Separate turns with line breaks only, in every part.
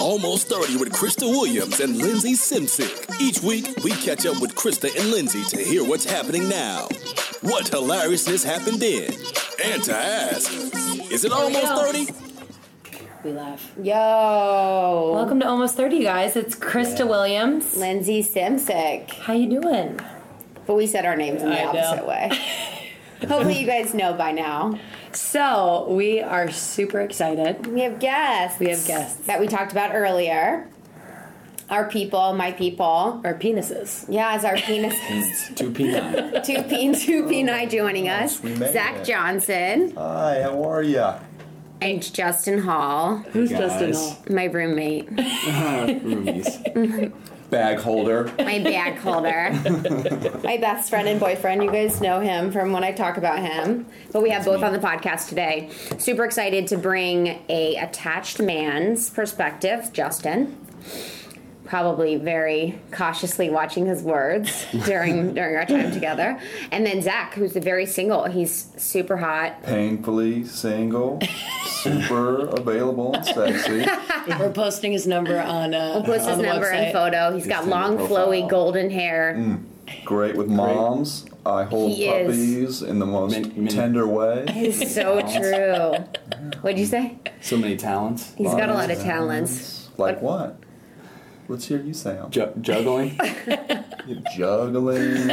Almost 30 with Krista Williams and Lindsay Simsick. Each week, we catch up with Krista and Lindsay to hear what's happening now, what hilariousness happened then, and to ask, is it almost 30?
We laugh.
Yo,
Welcome to Almost 30, guys. It's Krista Williams.
Lindsay Simsek.
How you doing?
But we said our names in the
I know.
opposite way. Hopefully, you guys know by now.
So, we are super excited.
We have guests.
We have guests.
that we talked about earlier. Our people, my people.
Our penises.
Yeah, it's our penises.
Two peanut.
two P, two P and I joining us.
we made
Zach
it.
Johnson
Uh,
Hi, how are ya?
and Justin Hall,
Who's
Guys.
Justin Hall?
my roommate,
Roomies. Uh, Bag holder.
my bag holder, my best friend and boyfriend. You guys know him from when I talk about him. But we have both on the podcast today. Super excited to bring a attached man's perspective, Justin. Probably very cautiously watching his words during during our time together, and then Zach, who's very single. He's super hot.
Painfully single, super available and sexy.
We're posting his number on uh,
We'll post
on
his
the
number
website.
and photo. He's got
in the
long,
profile.
flowy, golden hair.
Great with moms. I hold
He is.
puppies in the most
Min- min-
tender way.
He's so true. What'd you say?
So many talents.
He's got a lot of talents.
Like what? Let's hear you say 'em.
Ju- juggling.
Juggling,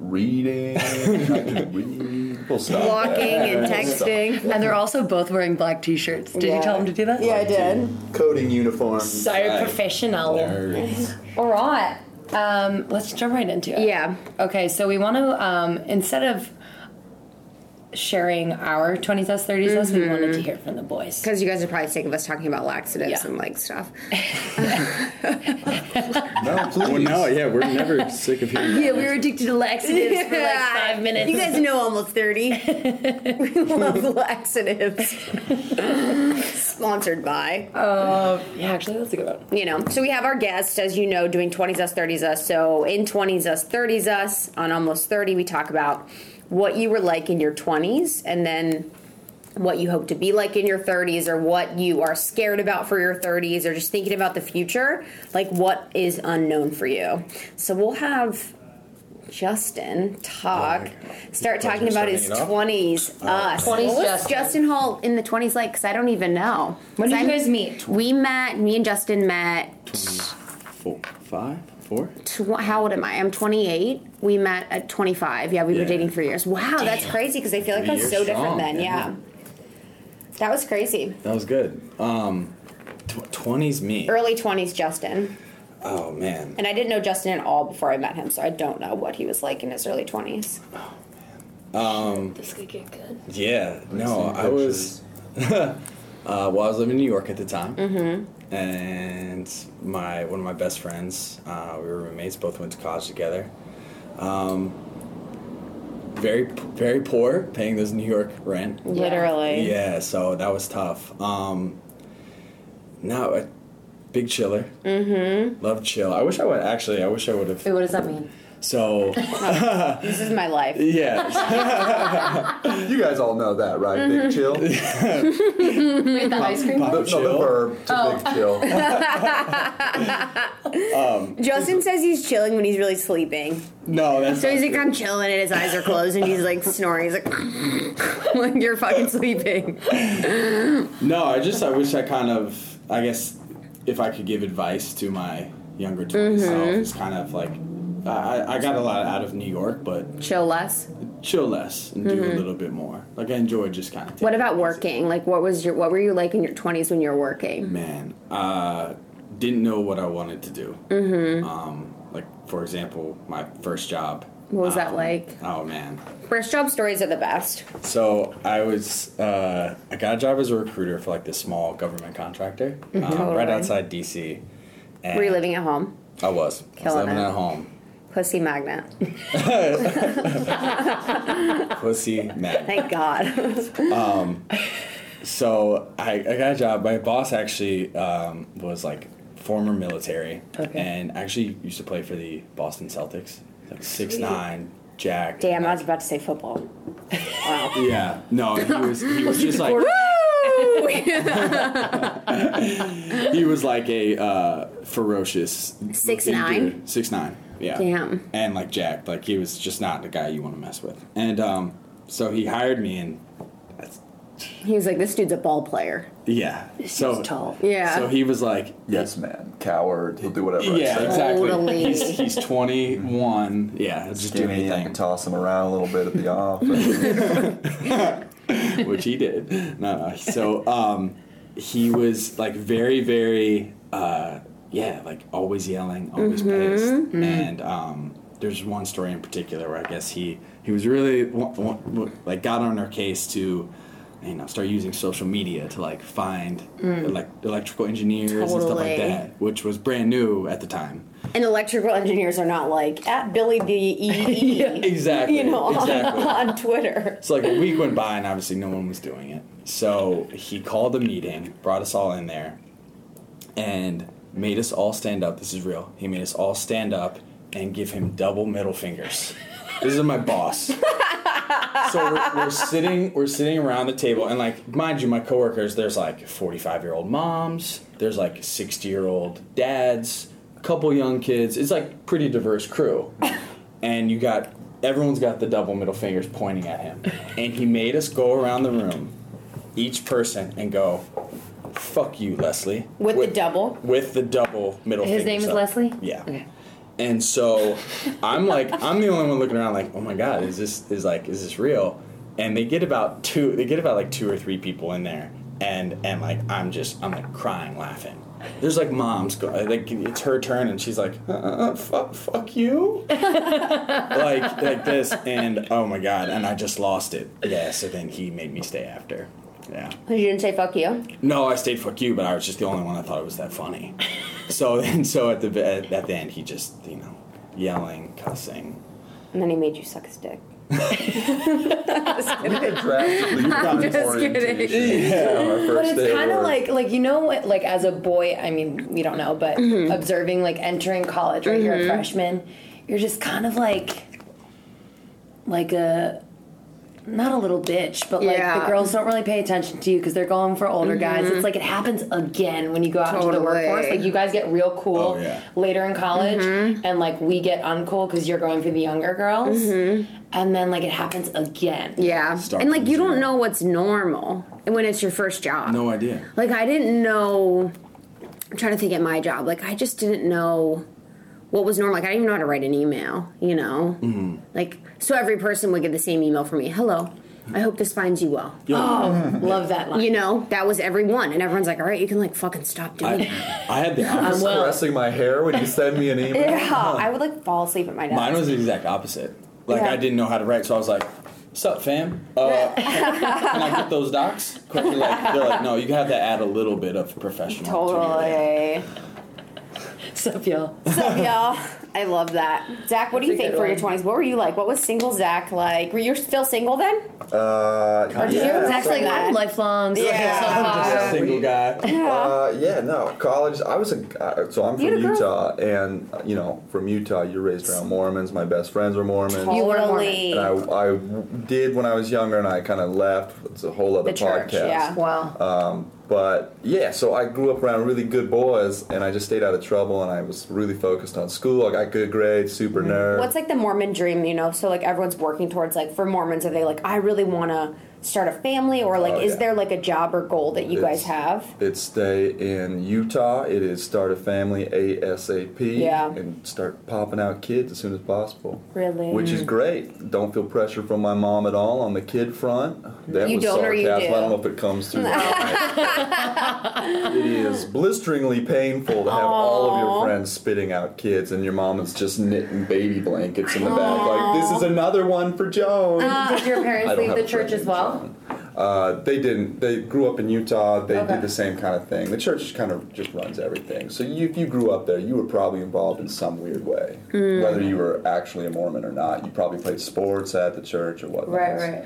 reading. I can read. We'll stop.
Walking
that.
and
Stop.
texting.
And they're also both wearing black T-shirts. Did
Yeah.
you tell them to do that? Yeah.
I did.
Coding uniforms.
Sorry, professional.
Nerds.
All right.
Um, let's jump right into it.
Yeah.
Okay, so we want to um, instead of sharing our 20s us, 30s us, we wanted to hear from the boys.
Because you guys are probably sick of us talking about laxatives
Yeah.
and like stuff.
No, please.
Well, no, yeah, we're never sick of hearing.
Yeah, we were addicted to laxatives for like five minutes.
You guys know almost 30. we love laxatives. Sponsored by.
Uh, yeah, actually, that's a good one.
you know so we have our guests as you know doing 20s us 30s us so in 20s us 30s us on almost 30 we talk about what you were like in your 20s and then what you hope to be like in your 30s or what you are scared about for your 30s or just thinking about the future like what is unknown for you so we'll have Justin talk, start talking about his 20s, us.
20s
what was
Justin.
Justin Hall in the 20s like? Because I don't even know.
When did
'Cause
you
I'm-
guys meet?
we met, me and Justin met,
Four, five, four.
tw- how old am I? I'm 28. We met at 25. Yeah, we were
Yeah.
dating for years. Wow, that's crazy because I feel like
Three
I was
years
so different
strong,
then. Yeah.
yeah.
That was crazy.
That was good. Um, tw- 20s me.
Early 20s, Justin.
Oh man.
And I didn't know Justin at all before I met him, so I don't know what he was like in his early 20s.
This could get good.
Yeah. No,
Seen
I was. Uh, well, I was living in New York at the time, mm-hmm. and my one of my best friends, uh, we were roommates, both went to college together. Um, very, very poor, paying those New York rent.
Literally.
Yeah, so that was tough. Um, now, a big chiller. Mm-hmm. Love chill. I wish I would actually. I wish I would have.
Wait, what does that mean?
So
This is my life.
yeah,
You guys all know that, right?
Mm-hmm.
Big chill. The,
Wait, that ice cream?
no, the
Chill.
verb to
Oh.
big chill.
Justin says he's chilling when he's really sleeping.
no, that's
So he's like, I'm chilling and his eyes are closed and he's like snoring. He's like, like you're fucking sleeping.
No, I just I wish I kind of I guess if I could give advice to my younger 20 self,
Mm-hmm.
it's kind of like I, I- I got a lot out of New York, but
Chill less.
chill less and do a little bit more. Like I enjoy just kind of.
Mm-hmm. What about working? Like, what was your what were you like in your twenties when you were working?
Man, uh, didn't know what I wanted to do. Mm-hmm. Um, like for example, my first job.
What was that like?
Oh man,
First job stories are the best.
So I was uh, I got a job as a recruiter for like this small government contractor um, right
Totally.
outside DC. And
Were you living at home?
I was. I was
Killing
living
it.
at home.
Pussy magnet.
Pussy man.
Thank God.
So I, I got a job. My boss actually um, was like former military
Okay.
and actually used to play for the Boston Celtics. Like six nine, Jack.
Damn, I was about to say football. Wow.
Yeah. No, he was he was just like
Woo!
he was like a uh, ferocious
Six
looking
nine?
dude. six nine. Yeah.
Damn.
And like Jack, like he was just not a guy you want to mess with. And um, so he hired me, and that's,
He was like, this dude's a ball player.
yeah. so
He's tall.
Yeah.
So he was like,
Yes, man. Coward. He'll do whatever.
yeah,
I say.
exactly.
Totally.
He's he's twenty one. Yeah, just do
Skinny, I can
anything,
toss him around a little bit at the office.
which he did. No, no. So um, he was like very, very, uh, yeah, like always yelling, always
Mm-hmm.
pissed. And um, there's one story in particular where I guess he he was really wa- wa- like got on our case to. You know, start using social media to like find like electrical engineers and stuff
Totally.
like that, which was brand new at the time.
And electrical engineers are not like at Billy the EE.
Exactly,
You know, on,
exactly.
on Twitter.
So like a week went by and obviously no one was doing it. So he called a meeting, brought us all in there, and made us all stand up. This is real. He made us all stand up and give him double middle fingers. This is my boss. So we're, we're sitting we're sitting around the table and like mind you, my coworkers, there's like 45 year old moms, there's like 60 year old dads, a couple young kids. It's like pretty diverse crew and you got everyone's got the double middle fingers pointing at him. And he made us go around the room, each person, and go, "Fuck you, Leslie."
With the double?
With the double middle.
His name
fingers
is
up.
Leslie?
Yeah.
Okay.
And so I'm like, I'm the only one looking around, like, oh my god, is this is like, is this real? And they get about two, they get about like two or three people in there, and and like, I'm just, I'm like crying, laughing. There's like moms, go, like it's her turn, and she's like, uh, uh, fuck, fuck you, like like this, and oh my god, and I just lost it. Yeah. So then he made me stay after. Yeah.
You didn't say fuck you.
No, I stayed fuck you, but I was just the only one that thought it was that funny. so and so at the at, at the end, he just you know yelling, cussing.
And then he made you suck his dick.
we get drastically different
just
orientations
kidding.
on our
But
first day
it's kind of
work.
like, like you know, what, like as a boy, I mean, we don't know, but
Mm-hmm.
observing, like entering college, right? You're a freshman. You're just kind of like, like a, not a little bitch, but like
Yeah. Mm-hmm.
the girls don't really pay attention to you because they're going for older guys. It's like it happens again when you go out into the
Totally.
workforce. Like you guys get real cool
Oh, yeah.
later in college,
Mm-hmm.
and like we get uncool because you're going for the younger girls, and then like it happens again.
Mm-hmm. Yeah.
Start
and like
from
you don't
zero.
know what's normal when it's your first job.
No idea.
Like I didn't know. I'm trying to think at my job. Like I just didn't know what was normal. Like I didn't even know how to write an email. You know. Mm-hmm. Like so, every person would get the same email from me. Hello. I hope this finds you well.
Love that line.
You know, that was everyone. And everyone's like, all right, you can like fucking stop doing
I,
that.
I had the
I'm
opposite.
well-
caressing my hair when you send me an email.
Yeah, I would like fall asleep at my desk.
Mine was the exact opposite. Like
Yeah.
I didn't know how to write, so I was like, "Sup, fam? Uh, can I get those docs?" Quickly, like they're like, "No, you have to add a little bit of professional." to your name."
Totally.
So y'all.
What's up, y'all? I love that. Zach, what do you
That's a
think
good
for your
one.
20s? What were you like? What was single Zach like? Were you still single then?
Uh, yeah,
Zach's
so-
like, I'm lifelong.
Just a
Uh,
single guy.
Uh, yeah, no. College. I was a uh, so I'm
You
from
had a girl-
Utah, and uh, you know, from Utah, you're raised around Mormons. My best friends are Mormons.
You were a
And I, I did when I was younger, and I kind of left. It's a whole other
The church,
podcast.
yeah.
Wow.
But yeah, so I grew up around really good boys, and I just stayed out of trouble, and I was really focused on school. I got good grades, super nerd.
What's like the Mormon dream, you know? So like everyone's working towards like for Mormons are they like I really want to start a family or like
Oh,
is
yeah.
there like a job or goal that you guys
It's-
have?
It's stay in Utah. It is start a family ASAP.
Yeah.
And start popping out kids as soon as possible.
Really?
Which is great. Don't feel pressure from my mom at all on the kid front. That
You
was
don't or you
sarcasm. I don't
do?
know if it comes through. it is blisteringly painful to have all of your friends spitting out kids, and your mom is just knitting baby blankets in the back. Like this is another one for Joan.
Uh,
Did your
I
parents
don't
leave
have
the
a
church
friend
as
named
well?
John. Uh, they didn't. They grew up in Utah. They
Okay.
did the same kind of thing. The church kind of just runs everything. So you, if you grew up there, you were probably involved in some weird way,
Hmm.
whether you were actually a Mormon or not. You probably played sports at the church or whatnot.
Right, right.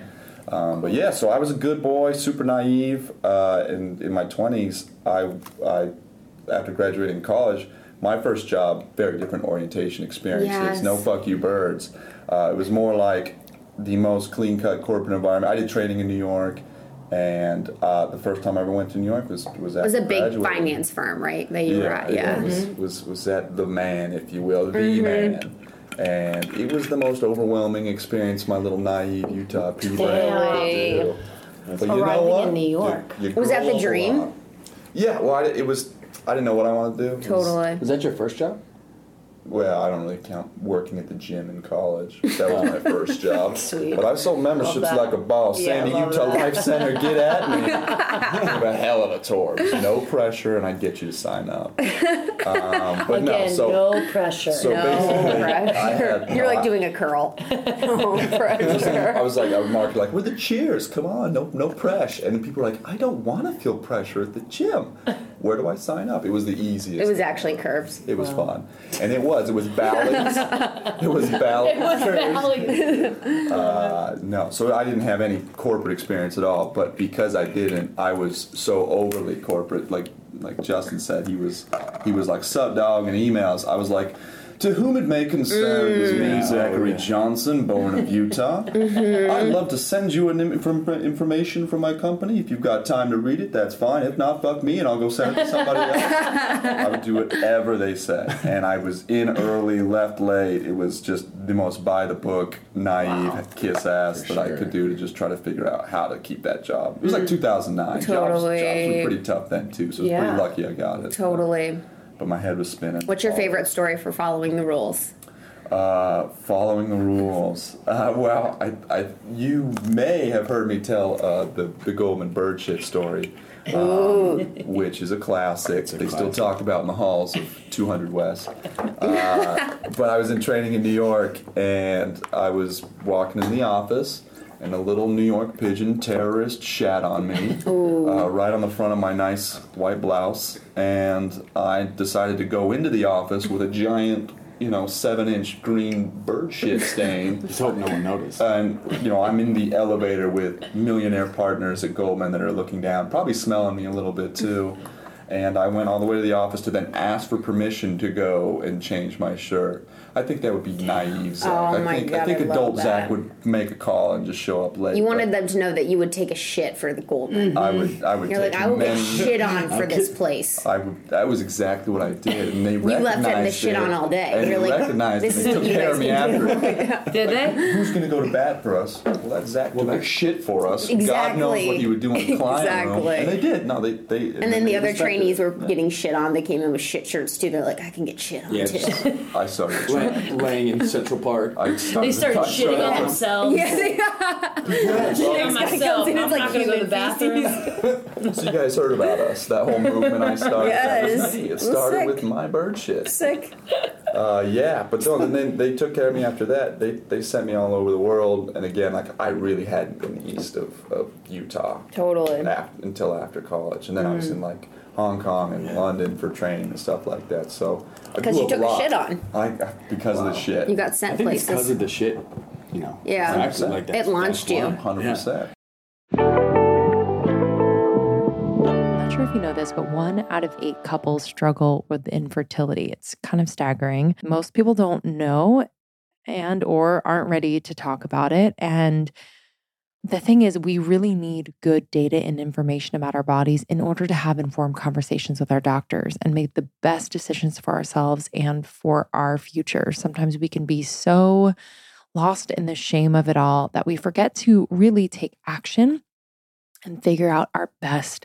Um, but yeah, so I was a good boy, super naive. Uh, in, in my 20s, I, I, after graduating college, my first job, very different orientation experiences.
Yes.
No fuck you birds. Uh, it was more like the most clean cut corporate environment. I did training in New York. And uh, the first time I ever went to New York was was
It
after
was a big
graduating.
finance firm, right? That you were at, yeah. Mm-hmm.
it Was, was was that the man, if you will, the man. And it was the most overwhelming experience my little naive Utah people had
Totally.
to do. But you know
Arriving
what?
in New York.
You- you
Was that
grow
the
up a
dream?
lot. Yeah. Well, I, it was. I didn't know what I wanted to do. It was-
Totally.
Was that your first job?
well, I don't really count working at the gym in college. That was my first job.
Sweet.
But I sold memberships
Love that.
like a boss.
Yeah,
Sandy,
love
Utah
that.
Life Center, get at me. Give a hell of a tour. There's no pressure, and I'd get you to sign up. Um, but no,
Again,
so
no, pressure.
so basically, I had
Oh, You're like
no,
doing a curl. Oh,
I was like, I would mark like, we're the cheers. Come on, no, no pressure. And then people were like, I don't want to feel pressure at the gym. Where do I sign up? It was the easiest.
It was actually curves.
It was fun, and it was. It was balanced. it was balanced. Uh, no, so I didn't have any corporate experience at all. But because I didn't, I was so overly corporate. Like like Justin said, he was he was like sub dog and emails. I was like. To whom it may concern, is me, Zachary Johnson, born of Utah. I'd love to send you an im- from, information from my company. If you've got time to read it, that's fine. If not, fuck me, and I'll go send it to somebody else. I would do whatever they said. And I was in early, left late. It was just the most by the book, naive kiss ass that I could do to just try to figure out how to keep that job. It was like 2009. Jobs,
Totally.
jobs were pretty tough then, too. So I was
Yeah.
pretty lucky I got it.
Totally.
But my head was spinning.
What's your favorite story for following the rules?
Uh, following the rules. Uh, well, I, I, you may have heard me tell uh, the, the Goldman Bird shit story, um, which is a classic. they still talk about in the halls of 200 West. Uh, but I was in training in New York, and I was walking in the office. And a little New York pigeon terrorist shat on me, uh, right on the front of my nice white blouse. And I decided to go into the office with a giant, you know, seven-inch green bird shit stain
Just hope no one noticed.
and you know I'm in the elevator with millionaire partners at Goldman that are looking down, probably smelling me a little bit too. And I went all the way to the office to then ask for permission to go and change my shirt. I think that would be naive, Zach.
Oh
I
my
think
God,
I think
I love
adult Zach
that.
would make a call and just show up late.
You
but
wanted them to know that you would take a shit for the Goldman.
I would. I would.
You're like,
take
I will get
many-
shit on for this place.
I would, that was exactly what I did, and they you
left
recognized
having to shit
it,
on all day.
And
You're
they
like,
recognized
this
it.
is
They
what
took
you
care
guys
of me
can
after.
Did they?
who's going to go to bat for us? Well, let Zach do that shit for us. God knows
Exactly.
what he would do in the client room.
Exactly.
And they did. No, they they.
And then the other trainees were
Yeah.
getting shit on. They came in with shit shirts too. They're like, I can get shit on
Yeah,
too.
just
I started. to-
Lay- laying in Central Park.
I started
They
to
started
touch
shitting
that.
on themselves.
Yeah,
Shitting on myself.
in,
I'm
it's like
not gonna go to the
human
bathroom.
So you guys heard about us? That whole movement I started. That was
Yes.
me.
It
It
was
started
sick.
with my bird shit.
sick.
Uh, yeah, but no, and then they took care of me after that. They, they sent me all over the world, and again, like I really hadn't been east of, of Utah
Totally.
af- until after college, and then I was
Mm.
in like Hong Kong and London for training and stuff like that. So I
'Cause
grew
you
up
took
a
the
lot.
shit on.
I, I- because of the shit.
You got
I
sent
think it's because
places.
of the shit, you know.
Yeah.
it's actually like that's-
It launched
that's why.
you.
hundred percent.
I'm not sure if you know this, but one out of eight couples struggle with infertility. It's kind of staggering. Most people don't know and or aren't ready to talk about it and the thing is we really need good data and information about our bodies in order to have informed conversations with our doctors and make the best decisions for ourselves and for our future. Sometimes we can be so lost in the shame of it all that we forget to really take action and figure out our best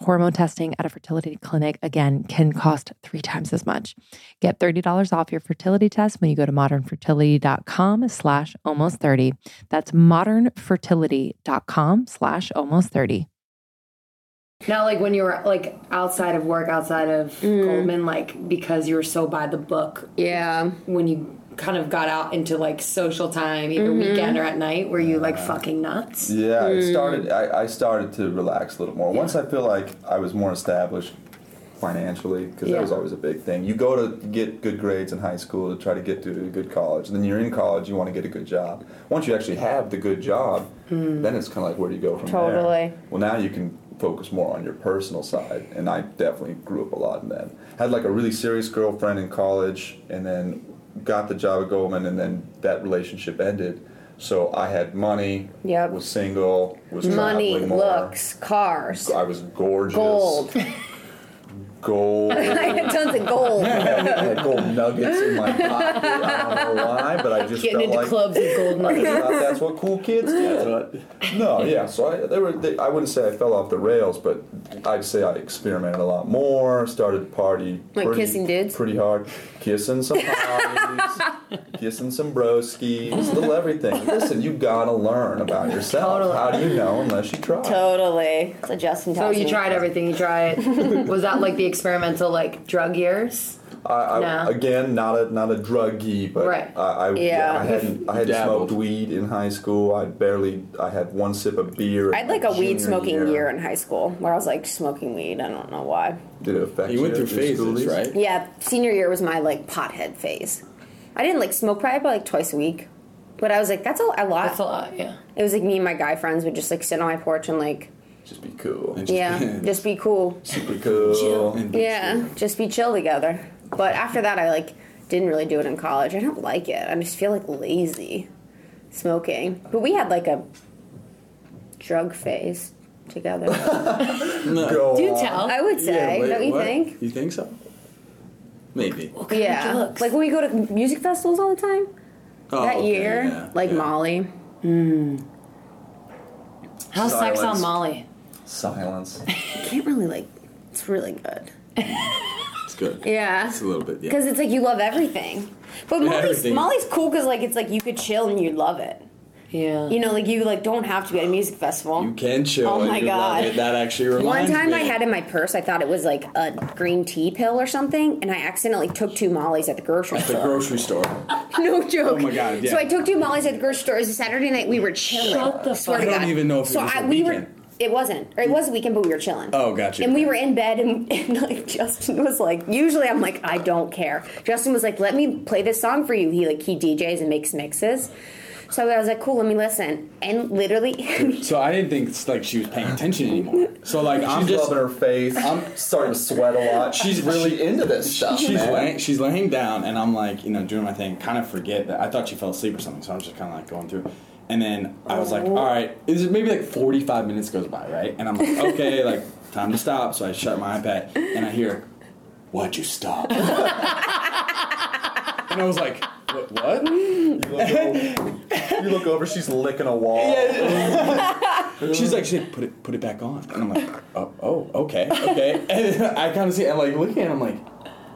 Hormone testing at a fertility clinic, again, can cost three times as much. Get $30 off your fertility test when you go to modernfertility.com slash almost 30. That's modernfertility.com slash almost 30.
Not like when you were like outside of work, outside of Goldman, like because you were so by the book.
Yeah.
When you kind of got out into like social time, either weekend or at night, were you like fucking nuts?
Yeah, it started.
Hmm.
I, I started to relax a little more once I feel like I was more established financially because that was
Yeah.
always a big thing. You go to get good grades in high school to try to get to a good college, and then you're in college, you want to get a good job. Once you actually have the good job, then it's kind of like where do you go from there?
Hmm. Totally.
Well, now you can focus more on your personal side, and I definitely grew up a lot in that. Had like a really serious girlfriend in college, and then got the job at Goldman, and then that relationship ended. So I had money.
Yep.
Was single. Was
Money,
traveling more.
looks, cars,
I was gorgeous.
gold.
Gold. I
I had tons of gold.
had gold nuggets in my pocket. I don't know why, but I just
Getting
felt
into
like
clubs with gold
I
money.
just thought that's what cool kids did. No, yeah. So I, they were. They, I wouldn't say I fell off the rails, but I'd say I experimented a lot more. Started to party.
Like kissing dudes?
Pretty hard. Kissing some hotties, kissing some broskies, little everything. Listen, you gotta learn about yourself. How do you know unless you try?
Totally. It's a Justin
So Oh, you tried everything. You tried. was that like the experimental like drug years?
I, I,
No.
Again, not a not a druggie, but
Right.
I, I,
Yeah.
I hadn't I had
Dabbled.
smoked weed in high school. I barely I had one sip of beer. in
I had like
my
a weed
junior
smoking year. in high school where I was like smoking weed. I don't know why.
Did it affect
You went through
at your school
phases,
days?
right?
Yeah, senior year was my like pothead phase. I didn't like smoke probably about, like twice a week, but I was like, that's a, a lot.
That's a lot. Yeah.
It was like me and my guy friends would just like sit on my porch and like,
Just be cool.
yeah, just be cool.
Super cool.
Yeah, just be chill together. But after that, I like didn't really do it in college. I don't like it. I just feel like lazy smoking. But we had like a drug phase together.
Go
Do
on.
tell.
I would say,
wait,
don't you
what?
think?
You think so? Maybe.
Yeah,
drugs?
like when we go to music festivals all the time.
Oh,
that
okay,
year,
yeah,
like
yeah.
Molly.
How's sex on
Silence.
Molly?
Silence.
Can't really like. It's really good.
It's good.
Yeah.
It's a little bit, yeah.
Because it's like you love everything. But Molly's,
Everything.
Molly's cool because like it's like you could chill and you love it.
Yeah.
You know, like you like don't have to be at a music festival.
You can chill.
Oh
and
my
you love
God.
it. That actually
One
reminds
time
me.
I had in my purse, I thought it was like a green tea pill or something, and I accidentally took two mollies at the grocery
At the
store.
grocery store.
no joke.
Oh my God, yeah.
So I took two mollies at the grocery store. It was a Saturday night. We were chilling.
Shut the
Swear
fuck-
to
I don't
God.
even know if it
so
was
I,
a
we were.
weekend.
It wasn't. Or it was a weekend, but we were chilling.
Oh, gotcha.
And we were in bed, and, and like Justin was like, usually I'm like, I don't care. Justin was like, let me play this song for you. He like he DJs and makes mixes. So I was like, cool, let me listen. And literally,
So I didn't think it's like she was paying attention anymore. So like I'm
She's
just
rubbing her face. I'm starting to sweat a lot.
She's-
She's really
she-
into this stuff.
she's
man.
laying, she's laying down, and I'm like, you know, doing my thing. Kind of forget that I thought she fell asleep or something, so I'm just kind of like going through. And then I was like, all right, is it maybe like 45 minutes goes by, right? And I'm like, okay, like time to stop. So I shut my iPad, and I hear, "Why'd you stop?" and I was like, what? what?
You look, over, you look over, she's licking a wall.
She's like, she put it, put it back on, and I'm like, oh, oh okay, okay. And then I kind of see, and like looking at, it, I'm like,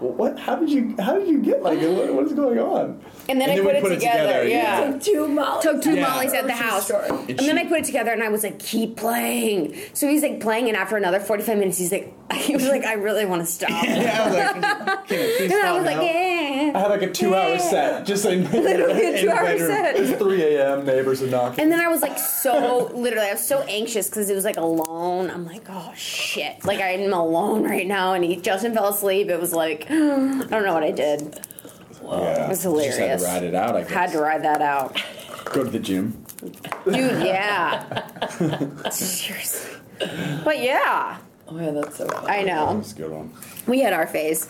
well, what? How did you? How did you get like? it? What, what is going on?
and then I put, it, together. yeah.
Two Molly.
took two
Yeah.
mollies at the house. And, then I put it together and I was like, keep playing. So he's like playing, and after another 45 minutes, he's like, he was like, I really want to stop.
Yeah, I was like, "Can you- can
And
you
I
stop
was like,
now?" I
yeah.
had like a two-hour set, just in
Literally a
in
two
the
hour
bedroom.
set.
It's 3 a.m. Neighbors are knocking.
And then I was like, so, literally, I was so anxious because it was like alone. I'm like, oh shit. Like, I'm alone right now. And he, Justin fell asleep. It was like, I don't know what I did.
Yeah.
It was
Just had
hilarious.
to ride it out. I guess.
Had to ride that out.
go to the gym.
Dude, yeah. Seriously. But yeah,
Oh yeah, that's so. Funny.
I know.
That's a good one.
We had our phase.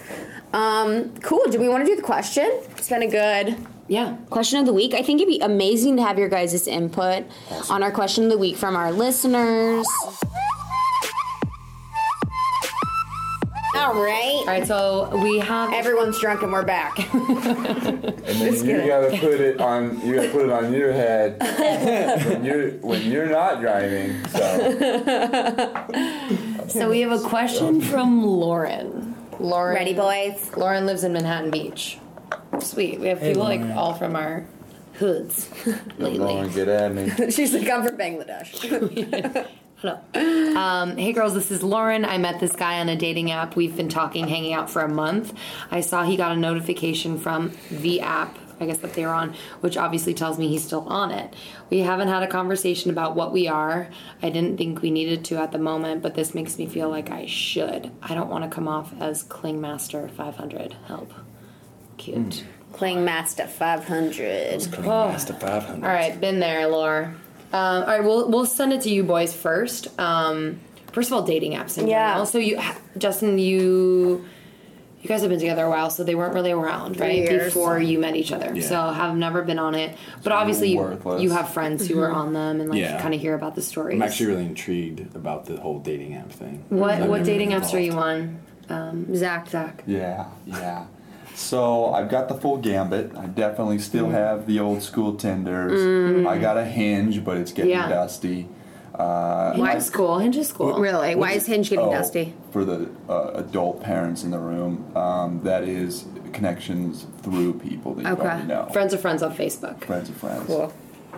Um, cool. Do we want to do the question? It's been a good
Yeah.
question of the week. I think it'd be amazing to have your guys' input on our question of the week from our listeners. All right.
All right, so we have
Everyone's drunk and we're back.
And then you gotta put it on. You gotta put it on your head when you're when you're not driving. So
so we have a question from Lauren. Lauren
Ready, boys?
Lauren lives in Manhattan Beach. Sweet. We have people like all from our hoods lately.
Lauren, get at me.
She's like, I'm from Bangladesh.
Hello. Um, hey girls, this is Lauren. I met this guy on a dating app. We've been talking, hanging out for a month. I saw he got a notification from the app, I guess that they were on, which obviously tells me he's still on it. We haven't had a conversation about what we are. I didn't think we needed to at the moment, but this makes me feel like I should. I don't want to come off as Clingmaster 500. Help. Cute.
Playing Master 500.
That's the 500.
All right, been there, Laura. Um, all right, we'll we'll send it to you boys first. Um, first of all, dating apps. In
Yeah.
General. So you, Justin, you, you guys have been together a while, so they weren't really around, right?
years.
Before you met each other, so have never been on it. But obviously, you,
worthless.
you have friends who
Mm-hmm.
are on them, and like
Yeah.
kind of hear about the stories.
I'm actually really intrigued about the whole dating app thing.
what
I've
what
never
dating
been
apps are you
involved.
on? Um, Zach, Zach.
Yeah, yeah. So I've got the full gambit. I definitely still
Mm.
have the old school tenders. I got a hinge, but it's getting
Yeah.
dusty. Uh,
Hinge is cool. Hinge is cool.
Really? Why is Hinge getting
oh,
dusty?
For the uh, adult parents in the room, um, that is connections through people that you
Okay.
already know.
Friends of friends on Facebook.
Friends of friends.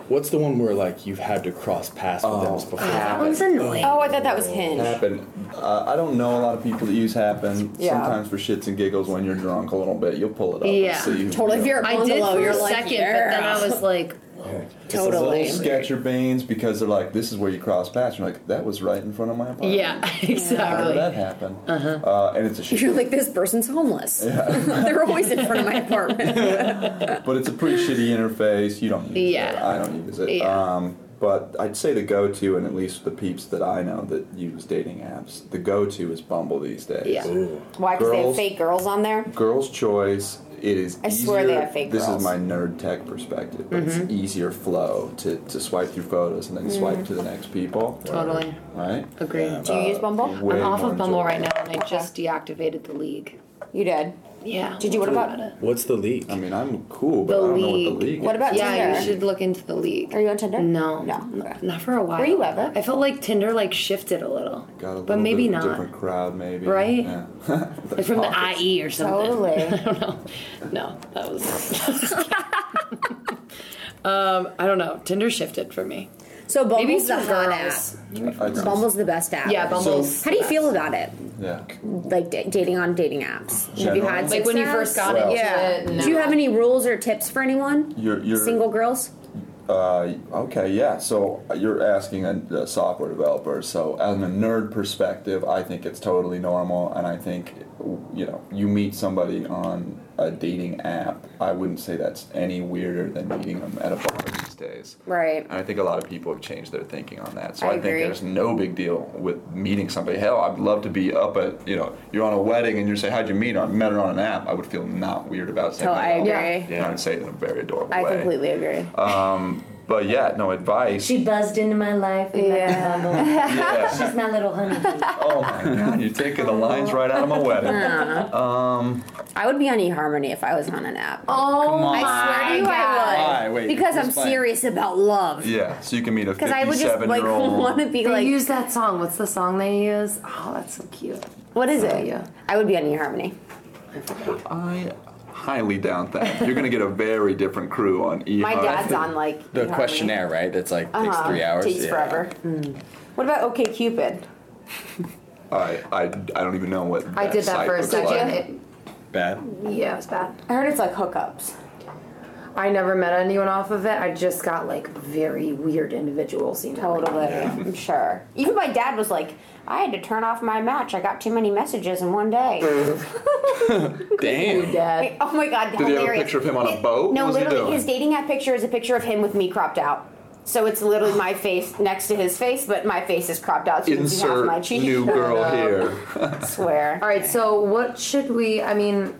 What's the one where like you've had to cross paths with
Oh,
them before?
That one's annoying. Oh, I thought that was Hinge.
Happen. Uh, I don't know a lot of people that use Happen. Sometimes for shits and giggles when you're drunk a little bit, you'll pull it up.
Yeah.
And see who-
Totally. If you're a
I did
bungalow,
for
you're
a
like,
second, but then I was like,
Those
totally.
little sketcher beans because they're like, this is where you cross paths. You're like, that was right in front of my apartment.
yeah,
How
exactly.
did that happen? Uh-huh. Uh, and it's a
You're
shit,
like, this person's homeless. They're always in front of my apartment.
but it's a pretty shitty interface. You don't use
Yeah.
it. I don't use it.
Yeah.
Um, but I'd say the go-to, and at least the peeps that I know that use dating apps, the go-to is Bumble these days.
Yeah.
Why? Because they have
Girls.
fake girls on there?
Girls' Choice. It is.
I swear they
easier-
have fake
This
girls.
is my nerd tech perspective. But It's easier flow to, to swipe through photos and then swipe to the next people.
Totally.
Right.
Agree.
Do you use Bumble? Uh-huh.
Way
I'm off
more
of Bumble
enjoyable.
right now, and I just deactivated the league.
You did.
Yeah.
Did you? What about it?
What's the leak?
I mean, I'm cool, but
The
I don't know what
league.
the league.
What
is.
about
Yeah,
Tinder?
you should look into the league.
Are you on Tinder?
No,
No.
N- not for a while.
Were you ever?
I felt like Tinder like shifted a little,
Got a
but
little
maybe
bit of a
not.
Different crowd, maybe.
Right?
Yeah.
Like from the IE or something.
Totally.
I don't know. No, that was. um, I don't know. Tinder shifted for me.
So
Maybe it's
Bumble's the
the
hot
girls.
app.
I'd say-
Bumble's the best app.
Yeah, Bumble's.
How do you feel about it?
yeah.
Like d- dating on dating apps. Have you
General?
had
like when you
success?
first got
Well-
into
Um, Yeah.
it. No.
Do you have any rules or tips for anyone?
You're- you're-
single girls.
Uh, okay, yeah. So you're asking a, a software developer. So, as a nerd perspective, I think it's totally normal, and I think you know you meet somebody on a dating app. I wouldn't say that's any weirder than meeting them at a bar these days.
Right.
And I think a lot of people have changed their thinking on that. So
I
I, think
agree.
there's no big deal with meeting somebody. Hell, I'd love to be up at you know you're on a wedding and you say how'd you meet? her? I met her on an app. I would feel not weird about saying
Oh,
that.
I
at all.
agree.
And I would say it in a very adorable
I
way.
completely agree.
But yeah, no advice.
She buzzed into my life. with
Yeah.
that Bumble.
Yeah.
She's my little honey.
oh my god, you're taking the lines right out of my wedding.
I would be on eHarmony if I was on an app.
Oh my
I swear to you, I
Why?
would.
Wait,
because I'm
who's playing?
serious about love.
Yeah, so you can meet a
Because I would just like want to
57-year-old.
be
They
like,
use that song. What's the song they use? Oh, that's so cute.
what is
Oh,
it?
yeah.
I would be on eHarmony.
I highly doubt that. You're gonna get a very different crew on E.
My dad's on like
The
eHarmony.
questionnaire, right? That's like takes
Uh-huh.
three hours.
Takes
Yeah.
forever.
Mm.
What about OK Cupid?
I, I, I don't even know what.
I did that
site
for a
looks
second.
like.
Bad.
It- yeah, it was bad.
I heard it's like hookups.
I never met anyone off of it. I just got like very weird individuals. You know,
Totally, I'm sure. Even my dad was like, I had to turn off my match. I got too many messages in one day.
Damn.
Dad.
Wait, oh my god,
Mm-hmm. Did he have a
hilarious.
picture of him on a boat?
No,
What was he
literally,
doing?
his dating app picture is a picture of him with me cropped out. So it's literally my face next to his face, but my face is cropped out. So you can see half my
Insert
cheek.
new girl here.
Swear.
All right, so what should we? I mean,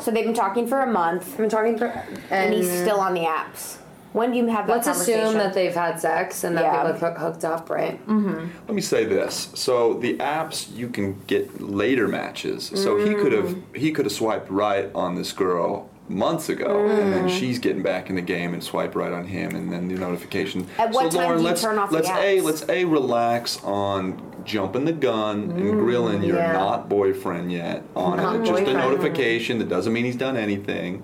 So they've been talking for a month,
I've been talking for.
and he's still on the apps. When do you have that
Let's assume
conversation?
that they've had sex and that
Yeah.
they've like, hoo- hooked up, right?
Let me say this. So the apps you can get later matches. So he could have
Mm.
he could have swiped right on this girl months ago, and then
Mm.
she's getting back in the game and swipe right on him, and then the notification.
At what
so
time
Lauren,
do you
let's
turn off the
let's a
apps?
let's a relax on jumping the gun and grilling your
Mm,
yeah.
not boyfriend yet on
Not
it. Just a
boyfriend.
notification that doesn't mean he's done anything.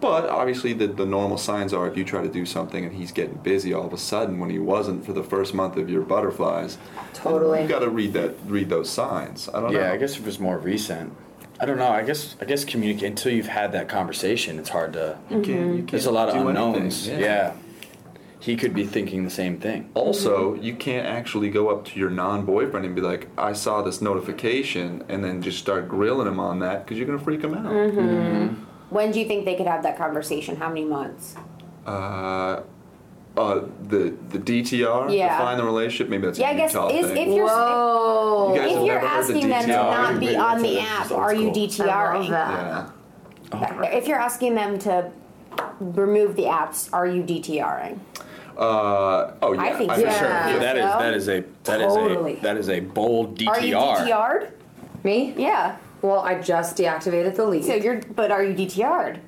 But obviously, the, the normal signs are if you try to do something and he's getting busy all of a sudden when he wasn't for the first month of your butterflies,
Totally.
you got to read that, read those signs. I don't know.
Yeah, I guess if it's more recent. I don't know. I guess I guess communicate until you've had that conversation. It's hard to.
Mm-hmm.
you
Mm-hmm.
can't. You can't
There's a lot of
do anything,
unknowns. Yeah. he could be thinking the same thing.
Also, you can't actually go up to your non-boyfriend and be like, "I saw this notification," and then just start grilling him on that because you're gonna freak him out.
Mm-hmm. when do you think they could have that conversation? How many months?
Uh, uh, the the DTR,
Yeah,
define the relationship. Maybe that's
Yeah,
a
I guess
Utah
is
thing.
if you're
Whoa!
You guys
if
have
you're
never heard the
asking them to
DTR.
not be
Wait
on
until
the
this
app,
results
are you
call.
I love
DTRing?
that.
yeah.
If you're asking them to remove the apps, are you DTRing?
Uh, oh yeah,
I think
I'm
so.
sure.
Yeah.
that is
so?
that is a that is
Totally.
a that is a bold DTR.
Are you DTR'd?
Me?
Yeah.
Well, I just deactivated the lead.
So you're, but are you DTR'd?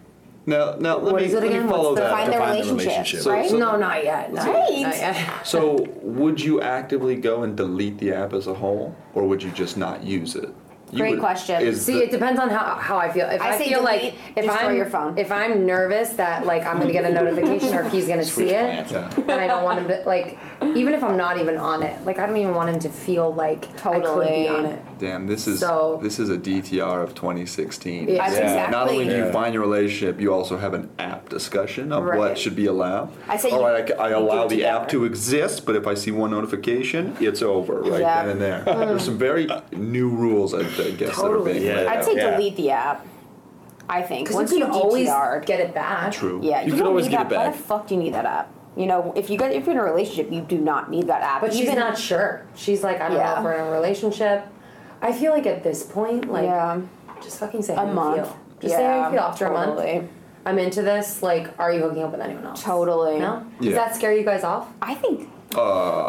Now, now let
What
me
is it
let me
again? What's
follow
the
that.
Define,
define
their
the
relationship,
relationship. So-
right?
so-
no, not yet. Not
Right.
Yet, not yet.
So, would you actively go and delete the app as a whole, or would you just not use it? You
Great
would-
question.
is
See,
the-
it depends on how, how I feel. If
I
I,
say
feel like
delete,
if
destroy
I'm
your phone.
if I'm nervous that like I'm gonna get a notification or if he's gonna see it,
plans.
Yeah.
and I don't want him to like even if I'm not even on it, like I don't even want him to feel like I could
Totally.
be on it.
Damn, this is
So-
this is a DTR of 2016.
Yeah.
That's exactly.
Not only do you
Yeah.
find your relationship, you also have an app discussion of
Right.
what should be allowed.
I say
All
you-
right, I ca- I,
you do
allow
it
the app
together.
to exist, but if I see one notification, it's over right
Yeah.
then and there. There's some very new rules, I, I guess, that are being
Totally.
laid
Yeah.
out.
I'd say
Yeah.
delete the app. I think
Because
once
you
you
can always
DTR'd,
get it back.
True.
yeah, you,
could
don't
always
need
get
that.
it
Why
back.
the fuck do you need that app? You know, if you guys, if you're in a relationship, you do not need that app.
But she's
Even-
not sure. She's like, I don't know
Yeah.
if we're in a relationship. I feel like at this point, like,
Yeah.
just fucking say how
a
you
month.
feel. Just say how you feel after a
totally.
month. I'm into this. Like, are you hooking up with anyone else?
Totally.
No.
Yeah.
Does that scare you guys off?
I think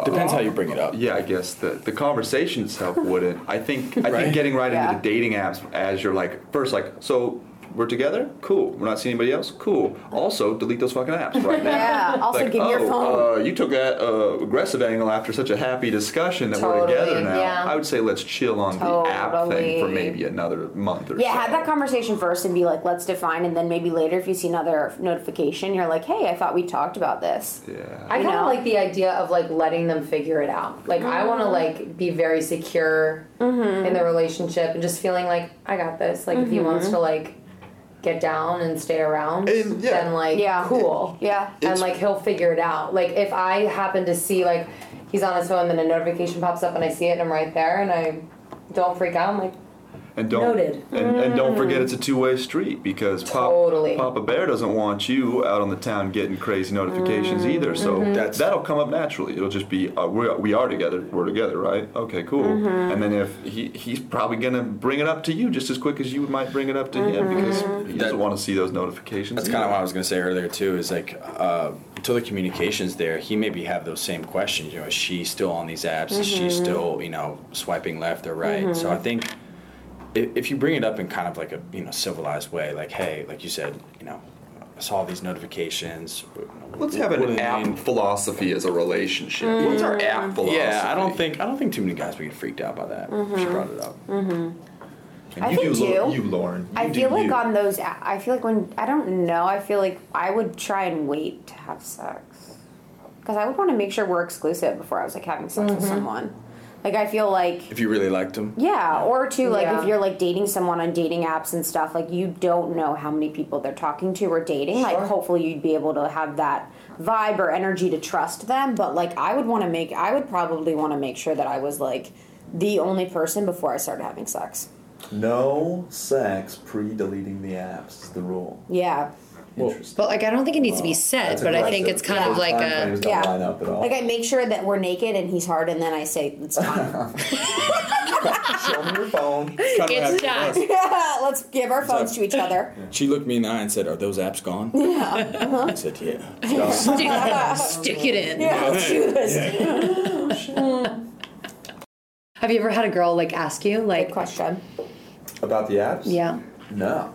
Depends how you bring it up.
Yeah, I guess the, the conversation itself wouldn't. I think I think
Right.
getting right
Yeah.
into the dating apps as you're like first like so we're together, cool. We're not seeing anybody else, cool. Also delete those fucking apps right now.
Yeah, also
like,
give
oh,
your phone.
Uh, you took that uh, aggressive angle after such a happy discussion that we're together
Totally,
now.
yeah.
I would say let's chill on the app thing for
Totally.
maybe another month or
Yeah,
so.
have that conversation first and be like, let's define, and then maybe later, if you see another notification, you're like, hey, I thought we talked about this.
Yeah.
I kind
know?
of like the idea of like letting them figure it out. Like I want to like be very secure in the relationship and just feeling like I got this. Like if he wants to like get down and stay around,
And, yeah.
then like
Yeah.
cool,
Yeah.
and like he'll figure it out. Like if I happen to see like he's on his phone, then a notification pops up and I see it and I'm right there and I don't freak out. I'm like,
And don't
Noted.
And, and don't forget it's a two-way street because Pop,
Totally.
Papa Bear doesn't want you out on the town getting crazy notifications
Mm,
either. So
mm-hmm.
That's-
that'll come up naturally. It'll just be uh, we're, we are together. We're together, right? Okay, cool.
Mm-hmm.
And then if he he's probably gonna bring it up to you just as quick as you might bring it up to
Mm-hmm.
him because he doesn't
That-
want to see those notifications.
That's kind of what I was going to say earlier too. Is like uh, until the communication's there, he maybe have those same questions. You know, is she still on these apps? Is she
Mm-hmm.
still you know swiping left or right? So I think if, if you bring it up in kind of like a you know civilized way, like hey, like you said, you know, I saw these notifications.
Let's have an
What do they
app
mean?
philosophy as a relationship. What's our app philosophy?
Yeah, I don't think I don't think too many guys would get freaked out by that. She
Mm-hmm.
brought it up.
And
I
you
think
do, Lau-
too.
you, Lauren.
I
You do
feel like
you.
on those, a- I feel like when, I don't know, I feel like I would try and wait to have sex. Because I would want to make sure we're exclusive before I was like having sex
Mm-hmm.
with someone. Like, I feel like.
If you really liked them,
Yeah, or too, like
Yeah.
if you're like dating someone on dating apps and stuff, like you don't know how many people they're talking to or dating. Like, hopefully, you'd be able to have that vibe or energy to trust them. But like, I would want to make, I would probably want to make sure that I was like the only person before I started having sex.
No sex pre deleting the apps is the rule.
Yeah.
Interesting.
But like, I don't think it needs to be said,
That's
but I think
aggressive.
it's kind of
Those
like
time
a.
frames don't
Yeah.
line up at all.
Like I make sure that we're naked and he's hard, and then I say, "Let's time."
Show me your phone.
Cut her
It's
head
done.
first.
Let's give our phones
up?
to each other.
She looked me in the eye and said, "Are those apps gone?" Yeah. I said, "Yeah."
Stick it in.
Yeah, let's do this.
Have you ever had a girl like ask you
Good
like,
question.
About the apps?
yeah,
No,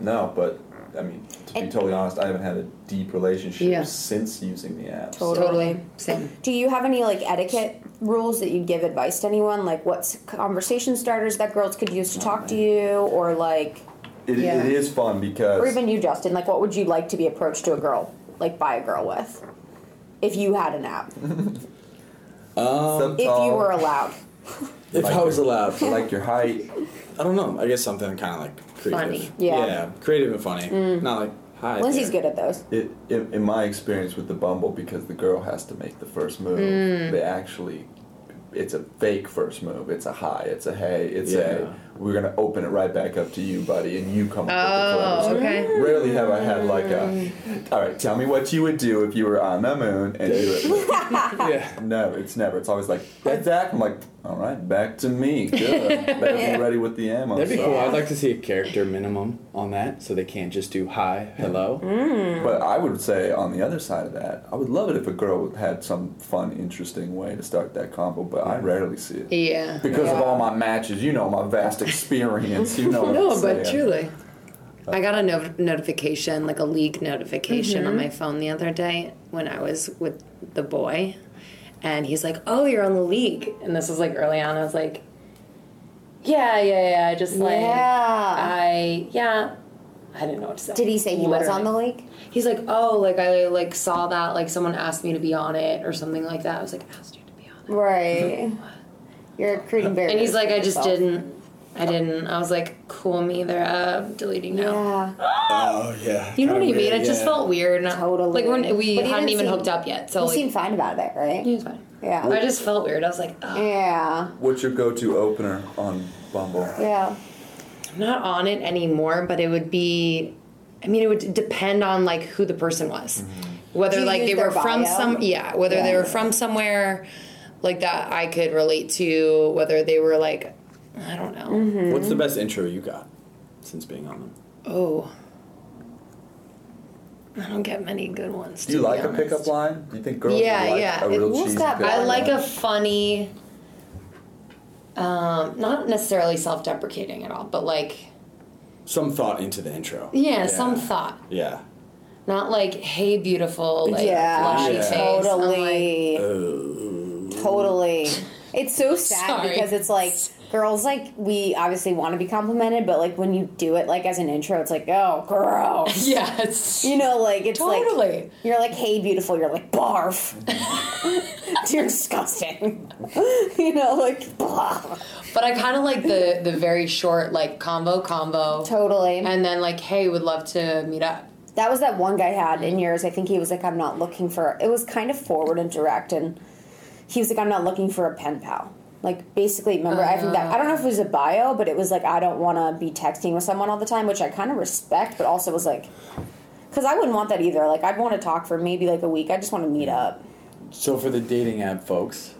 no. But I mean, to be
And-
totally honest, I haven't had a deep relationship
Yeah.
since using the apps.
totally, same.
Do you have any like etiquette rules that you'd give advice to anyone? Like what s- conversation starters that girls could use to talk to you, or like,
It,
Yeah.
it is fun because
or even you, Justin? Like, what would you like to be approached to a girl, like by a girl with, if you had an app,
um,
if you
Oh.
were allowed?
If I was allowed,
like your height,
I don't know. I guess something kind of like creative.
Funny. Mm.
Yeah.
creative and funny. Not like hi.
Lindsay's
there.
good at those.
it, in, in my experience with the Bumble, because the girl has to make the first move,
Mm.
they actually, it's a fake first move. It's a hi, it's a hey, it's
Yeah.
a we're gonna open it right back up to you, buddy, and you come up
Oh,
with the clothes.
okay. Mm.
Rarely have I had like a, all right, tell me what you would do if you were on the moon and you were.
Yeah.
No, it's never. It's always like that's that. I'm like, all right, back to me. Good. Better be ready with the ammo.
That'd be
So-
cool. I'd like to see a character minimum on that, so they can't just do hi, hello.
But I would say on the other side of that, I would love it if a girl had some fun, interesting way to start that combo. But I rarely see it
Yeah.
because of all my matches. You know my vast experience. You know. what
No,
I'm
but
saying.
truly. I got a no- notification, like a league notification
Mm-hmm.
on my phone the other day when I was with the boy. And he's like, Oh, you're on the league. And this was like early on. I was like, Yeah, yeah, yeah. Just like,
Yeah.
I, yeah. I didn't know what to say.
Uh, Did he say he was on the
Literally.
league?
He's like, Oh, like I like saw that. Like someone asked me to be on it or something like that. I was like, Asked you to be on it.
Right. You're creating very.
And he's like, I just
yourself.
didn't. I didn't. I was like, Cool, me either. Uh, deleting now.
Yeah.
Oh yeah.
You know what I mean?
Kinda weird,
It just
yeah.
felt weird. and I-
Totally.
Like when we
But he
hadn't
didn't
even
seem-
hooked up yet, so
You
like
seem fine about it,
he
right?
was fine.
Yeah.
I just felt weird. I was like, oh,
Yeah.
What's your go-to opener on Bumble?
Yeah.
I'm not on it anymore, but it would be. I mean, it would depend on like who the person was, whether
Do you
like
use
they
their
were from
bio?
some yeah, whether they
Mm-hmm. Yeah.
were from somewhere like that I could relate to, whether they were like I don't know.
What's the best intro you got since being on them?
Oh, I don't get many good ones.
Do you
to be
like a
honest.
pickup line? Do you think girls
Yeah,
like
yeah.
a real
What's
cheesy
that
pickup
I
Yeah.
like
line?
a funny, um, not necessarily self-deprecating at all, but like
Some thought into the intro.
yeah, some thought.
Yeah.
Not like hey beautiful, like
Yeah,
flashy
Yeah.
face. I'm like,
Totally. Totally. It's so sad
Oh. Sorry.
because it's like girls like we obviously want to be complimented, but like when you do it like as an intro, it's like, oh gross.
yeah, it's
You know, like it's like
totally.
you're like, hey beautiful, you're like barf. you're disgusting. you know, like blah.
But I kind of like the the very short like combo combo.
Totally.
And then like hey, would love to meet up.
That was that one guy had in yours. I think he was like, I'm not looking for. It was kind of forward and direct, and he was like, I'm not looking for a pen pal. Like basically, remember? I think that I don't know if it was a bio, but it was like, I don't want to be texting with someone all the time, which I kind of respect, but also was like, because I wouldn't want that either. Like I'd want to talk for maybe like a week. I just want to meet up.
So for the dating app folks,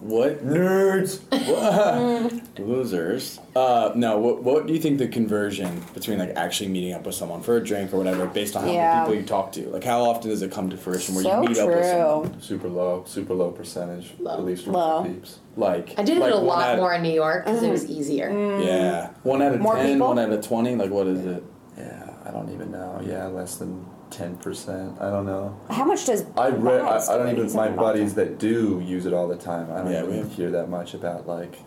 what
nerds.
losers? Uh, no. What What do you think the conversion between like actually meeting up with someone for a drink or whatever, based on how
Yeah.
many people you talk to, like how often does it come to fruition where
So
you meet up with someone?
true.
super low, super low percentage. At least with
Low.
the peeps.
Like
I did
like
it a
one
lot
out-
more in New York because it
Mm.
was easier.
Yeah, one out of
More
ten,
people?
one out of twenty. Like what is it?
Yeah, I don't even know. Yeah, less than ten percent. I don't know.
How much does
I read. I,
Bob's
I don't
doing?
even.
He's
My
not involved in-
buddies that do use it all the time. I don't
Yeah, we
even
have-
hear that much about like.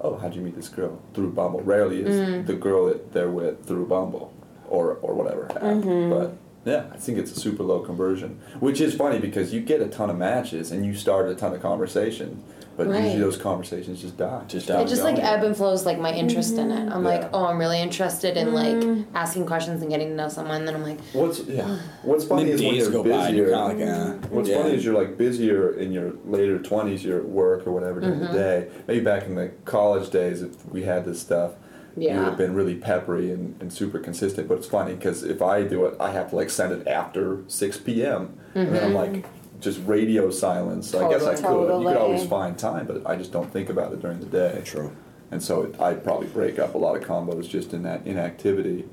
Oh, how'd you meet this girl through Bumble? Rarely is
Mm.
the girl that they're with through Bumble, or or whatever. app.
Mm-hmm.
But yeah, I think it's a super low conversion, which is funny because you get a ton of matches and you start a ton of conversation, but
Right.
usually those conversations just die.
Just
It
out.
just like ebb and flows like my interest in it. I'm
Yeah.
like, oh, I'm really interested in
Mm.
like asking questions and getting to know someone. Then I'm like,
What's yeah? What's
Then
funny is when
days
you're
go
busier.
by and you're kind of like, eh,
What's
yeah.
funny is you're like busier in your later twenties. You're at work or whatever during the day. Maybe back in the college days, if we had this stuff, you
Yeah.
would have been really peppery and, and super consistent. But it's funny because if I do it, I have to like send it after 6 p.m. And then I'm
Mhm.
like, just radio silence. So I guess I could.
Totally.
You could always
Totally.
find time, but I just don't think about it during the day. True. And so it, I'd probably break up a lot of combos just in that inactivity.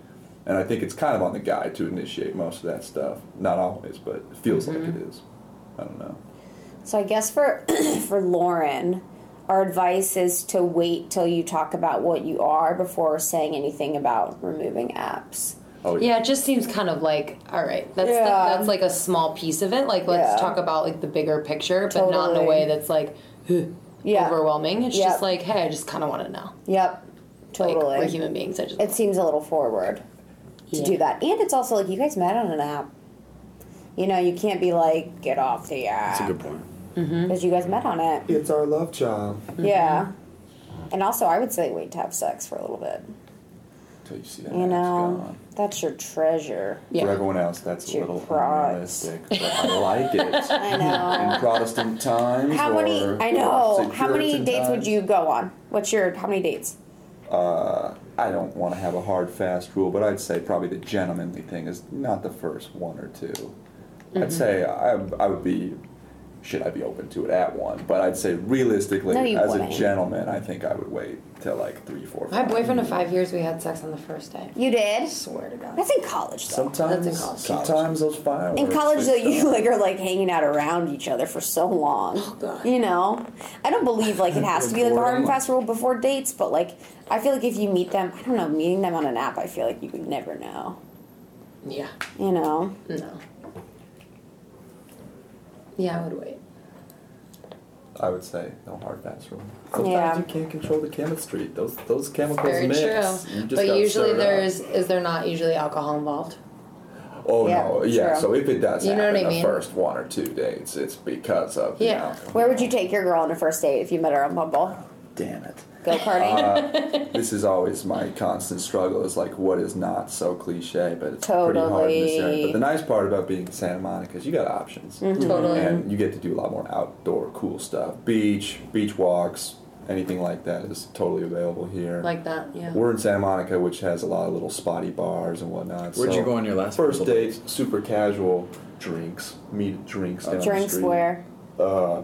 And I think it's kind of on the guy to initiate most of that stuff. Not always, but it feels like
Mm-hmm.
it is. I don't know.
So I guess for for Lauren, our advice is to wait till you talk about what you are before saying anything about removing apps.
Oh
Yeah, it just seems kind of like all right. That's the,
Yeah.
that's like a small piece of it. Like let's
Yeah.
talk about like the bigger picture, but not in a
Totally.
way that's like overwhelming. It's
Yep.
just like hey, I just kind of want to know.
Yep. Totally.
we're human beings. I just
it seems a little forward to do that, and it's also like you guys met on an app. You know, you can't be like get off the app.
That's a good point.
because you guys met on it.
It's our love job.
Yeah. And also, I would say wait to have sex for a little bit.
Until you see that.
You
app's
know,
gone.
that's your treasure.
For everyone else, that's a little
prize.
unrealistic, but I like it.
I know.
In Protestant times,
How many?
or-
I know.
or
How many
Puritan
dates would
times?
you go on? What's your? How many dates?
Uh, I don't want to have a hard fast rule, but I'd say probably the gentlemanly thing is not the first one or 2 i I'd
Mm-hmm.
Mhm.
say I, I would be. Should I be open to it at one? But I'd say realistically,
No, you
as
wouldn't.
a gentleman, I think I would wait till like three, four,
My
five.
boyfriend of five years, we had sex on the first day.
You did?
swear to God.
That's in college. Though.
Sometimes,
That's in college.
sometimes those fireworks.
In college,
they
though, you
stop.
like are like hanging out around each other for so long.
Oh,
You know, I don't believe like it has to be like a hard and fast rule before dates, but like I feel like if you meet them, I don't know, meeting them on an app, I feel like you would never know.
Yeah.
You know,
No. Yeah, I would wait.
I would say no hard fast rule. Sometimes
Yeah.
you can't control the chemistry. Those those chemicals
Very
mix. You
true.
just
But
gotta
usually
stir it up.
there's is there not usually alcohol involved?
Oh
Yeah,
no, yeah.
true.
So if it does
You know
happen
what I
the
mean?
first one or two dates, it's because of the
Yeah.
alcohol.
Where would you take your girl on a first date if you met her on Bumble?
Damn it.
Go karting.
Uh, this is always my constant struggle. Is like what is not so cliche, but it's pretty hard in this area.
Totally.
But the nice part about being in Santa Monica is you got options,
Mhm. Totally.
and you get to do a lot more outdoor cool stuff, beach, beach walks, anything like that is totally available here.
Like that, yeah.
We're in Santa Monica, which has a lot of little spotty bars and whatnot.
Where'd
so
you go on your last
first
Purple
date? Super casual drinks, meet at drinks down the
Drinks
street.
where?
Uh,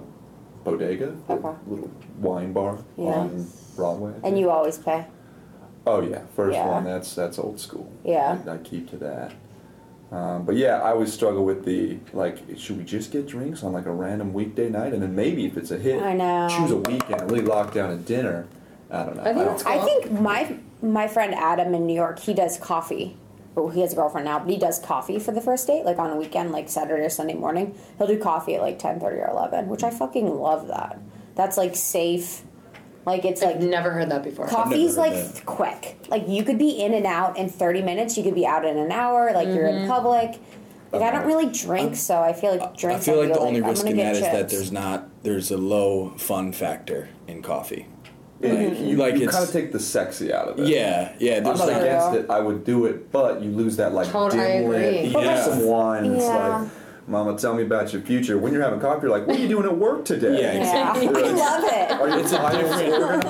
bodega, the
Okay.
little wine bar
Yeah.
on Broadway. I
And you always pay.
Oh yeah, first
Yeah.
one. That's that's old school.
Yeah.
I, I keep to that. Um, but yeah, I always struggle with the like, should we just get drinks on like a random weekday night, and then maybe if it's a hit,
I know.
choose a weekend, really lock down a dinner. I don't know.
I
don't-
think, I think my my friend Adam in New York, he does coffee. Well, he has a girlfriend now, but he does coffee for the first date, like on a weekend, like Saturday or Sunday morning. He'll do coffee at like ten thirty or eleven, which I fucking love that. That's like safe. Like it's like
never heard that before. I've
Coffee's like
never heard
th- quick. Like you could be in and out in thirty minutes. You could be out in an hour. Like you're in
Mhm.
public. Like I don't really drink, so I feel like
I
drinks.
feel like the only
I'm
risk
gonna
in
get
that is that
chips.
there's not there's a low fun factor in coffee.
Yeah, you-
Like,
you,
like
you
it's
kind of take the sexy out of it.
Yeah, yeah,
I'm
there's
not
like-
against it. I would do it, but you lose that like
Totally, I
dimwit.
agree.
You
But
have
like-
some wine. and It's
Yeah.
like, Mama, tell me about your future. When you're having coffee, you're like, what are you doing at work today?
Yeah, exactly.
Yeah. I love it.
Are you
It's a
tired?
different-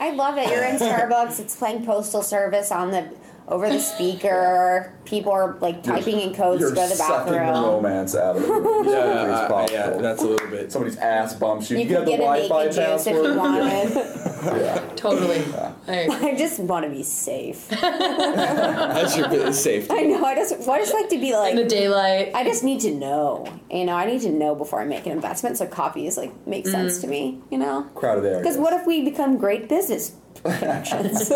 I love it. You're in Starbucks. It's playing postal service on the over the speaker. People are like typing in codes
You're
to go to the
sucking the
bathroom.
romance out of it. yeah, uh, yeah, that's
a little bit.
Somebody's ass bumps you.
You
You,
can
get the
get a
Wi-Fi
naked juice if
password.
you
Yeah.
wanted.
Totally.
I just want to be safe.
That's your bit of safety.
I know. I just, well, I just like to be like in the
daylight.
I just need to know. You know, I need to know before I make an investment. So coffee is like makes
Mm.
sense to me. You know,
Crowded area.
because what if we become great business connections?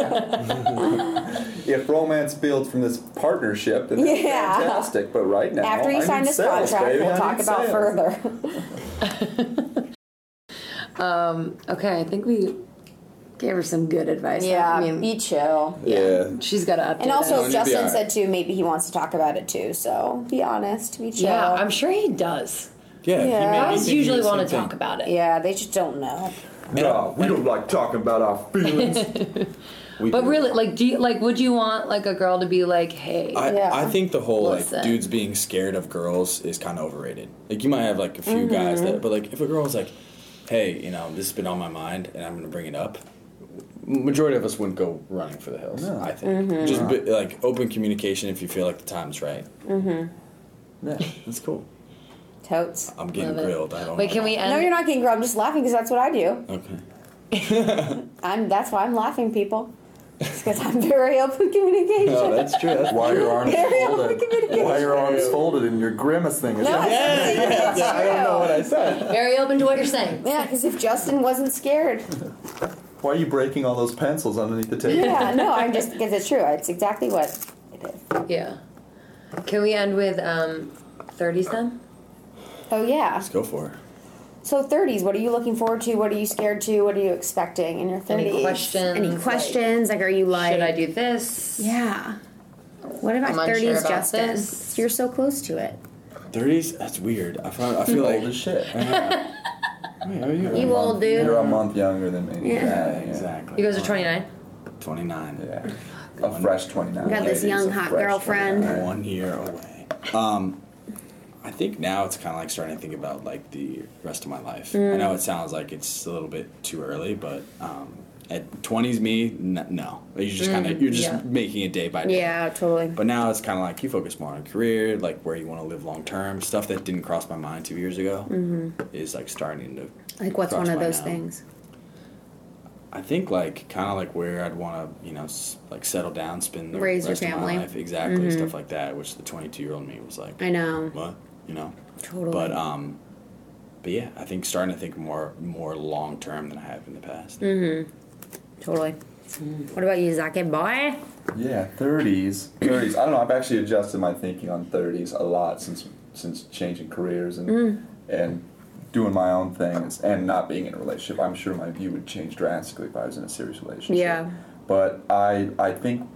If romance builds from this partnership, then that's
Yeah.
fantastic. But right now,
After you
Oh, I
sign
need
this
sales,
contract,
baby.
we'll
I
talk
need
about
sales.
further.
Um, okay, I think we gave her some good advice.
Yeah,
I mean,
be chill.
Yeah.
She's got to update.
And also,
us.
Justin said too, maybe he wants to talk about it too. So be honest, be chill.
Yeah, I'm sure he does.
Yeah,
Guys usually want to
to
talk about it.
Yeah, they just don't know.
No, we don't like talking about our feelings. We
But
do.
really, like, do you, like, would you want like a girl to be like, hey?
I, I think the whole
Listen.
like dudes being scared of girls is kind of overrated. Like you might have like a few
Mhm.
guys that, but like if a girl's like, "Hey, you know, this has been on my mind and I'm gonna bring it up," majority of us wouldn't go running for the hills.
No.
I think
Mhm.
just be, like open communication if you feel like the time's right.
Mm-hmm.
Yeah, that's cool.
Totes.
I'm getting
Love it.
grilled. I don't.
Wait,
know.
can we No, you're not getting grilled. I'm just laughing because that's what I do.
Okay.
I'm. That's why I'm laughing, people. Because I'm very open communication.
Why your arms
Very
folded? Why your arms folded and your grimacing? Is
No, I said
Yeah,
it's
yeah, I don't know what I said.
Very open to what you're saying. Yeah, because if Justin wasn't scared,
Why are you breaking all those pencils underneath the table?
yeah, no, I'm just because it's true. It's exactly what it is.
Yeah. Can we end with um, 30s then?
Oh yeah.
Go for it.
So thirties. What are you looking forward to? What are you scared to? What are you expecting in your
Any
thirties?
questions,
Any
like,
questions? Like, are you like?
Should I do this?
Yeah. What
I'm
about
unsure
thirties,
about
Justin?
this.
You're so close to it.
Thirties? That's weird. I, find, I feel like old as shit.
You
You're a
old
month-
dude.
You're a month younger than me.
Yeah.
exactly.
You guys are 29.
Twenty nine.
Yeah. A fresh twenty nine.
Got this young hot girlfriend.
One year away. Um, I think now it's kind of like starting to think about like the rest of my life. I
Mm.
know it sounds like it's a little bit too early, but um, at twenties, me n- no, you just kind of
Mm,
you're just
yeah.
making it day by day.
Yeah, totally.
But now it's kind of like you focus more on career, like where you want to live long term. Stuff that didn't cross my mind two years ago
Mhm.
is like starting to
Like, what's
cross
one of
my
those
now.
things?
I think like kind of like where I'd want to, you know, s- like settle down, spend the
Raise your
rest of
family.
my life, exactly
Mhm.
stuff like that. Which the 22 year old me was like,
I know.
what, you know,
Totally.
But um, but yeah, I think starting to think more more long term than I have in the past.
Mm-hmm. Totally. What about you, Zaki boy?
Yeah, thirties. Thirties. I don't know. I've actually adjusted my thinking on thirties a lot since since changing careers and
Mm.
and doing my own things and not being in a relationship. I'm sure my view would change drastically if I was in a serious relationship.
Yeah.
But I I think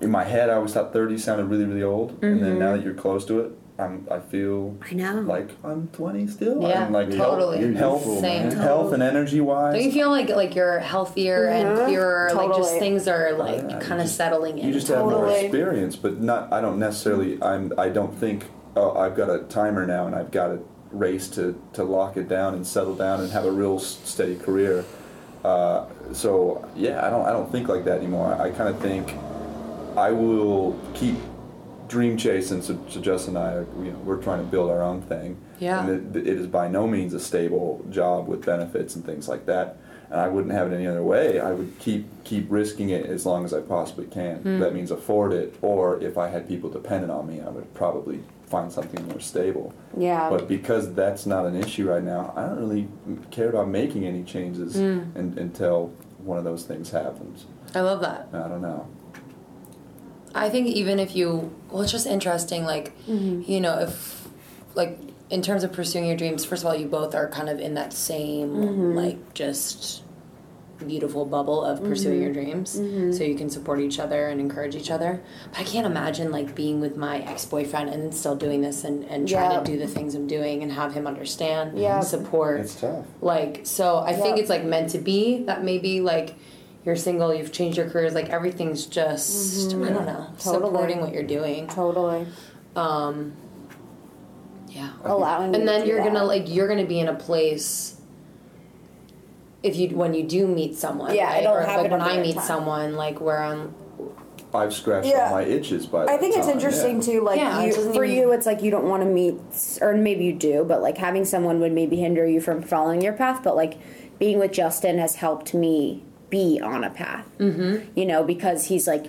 in my head I always thought thirty sounded really really old, and then
Mhm.
now that you're close to it, I'm I feel
I know.
like I'm 20 still.
Yeah,
and like
totally.
Health, health,
Same.
health and energy
Don't you
wise.
feel like like you're healthier
Mhm.
and clearer? Like just
Totally.
things are like kind of settling in.
You just have more experience, but not. I don't necessarily. I'm. I don't think. Oh, I've got a timer now, and I've got a race to to lock it down and settle down and have a real s- steady career. Uh, so yeah, I don't. I don't think like that anymore. I, I kind of think I will keep dream chasing. So, so Justin and I, are, you know, we're trying to build our own thing.
Yeah.
And it, it is by no means a stable job with benefits and things like that. And I wouldn't have it any other way. I would keep keep risking it as long as I possibly can.
Mm.
That means afford it, or if I had people dependent on me, I would probably find something more stable.
Yeah.
But because that's not an issue right now, I don't really m- care about making any changes
Mm.
un- until one of those things happens.
I love that.
I don't know.
I think even if you, well, it's just interesting. Like,
Mm-hmm.
you know, if like in terms of pursuing your dreams, first of all, you both are kind of in that same
Mm-hmm.
Mhm.
like just beautiful bubble of pursuing
Mhm.
Mm-hmm.
your dreams, so you can support each other and encourage each other. But I can't imagine like being with my ex boyfriend and still doing this and and trying
Yeah.
to do the things I'm doing and have him understand,
Yeah.
support.
It's tough.
Like, so I think
Yeah.
it's like meant to be that maybe like you're single, you've changed your careers, like everything's just I don't know,
Mm-hmm. Totally.
supporting what you're doing.
Totally.
Um, yeah,
Allowing you
and
to
then
do
you're gonna
that.
like you're gonna be in a place. If you when you do meet someone,
Yeah,
right?
it'll
or
happen
like when
over
I meet
time. Mm-hmm.
someone, like where I'm
I've scratched
Yeah.
all my itches by.
I
that
think it's
time, yeah.
interesting too. Like
Oh, Yeah, it
you,
doesn't
for
even-
you, it's like you don't want to meet, s- or maybe you do, but like having someone would maybe hinder you from following your path. But like being with Justin has helped me be on a path,
Mm-hmm.
you know, because he's like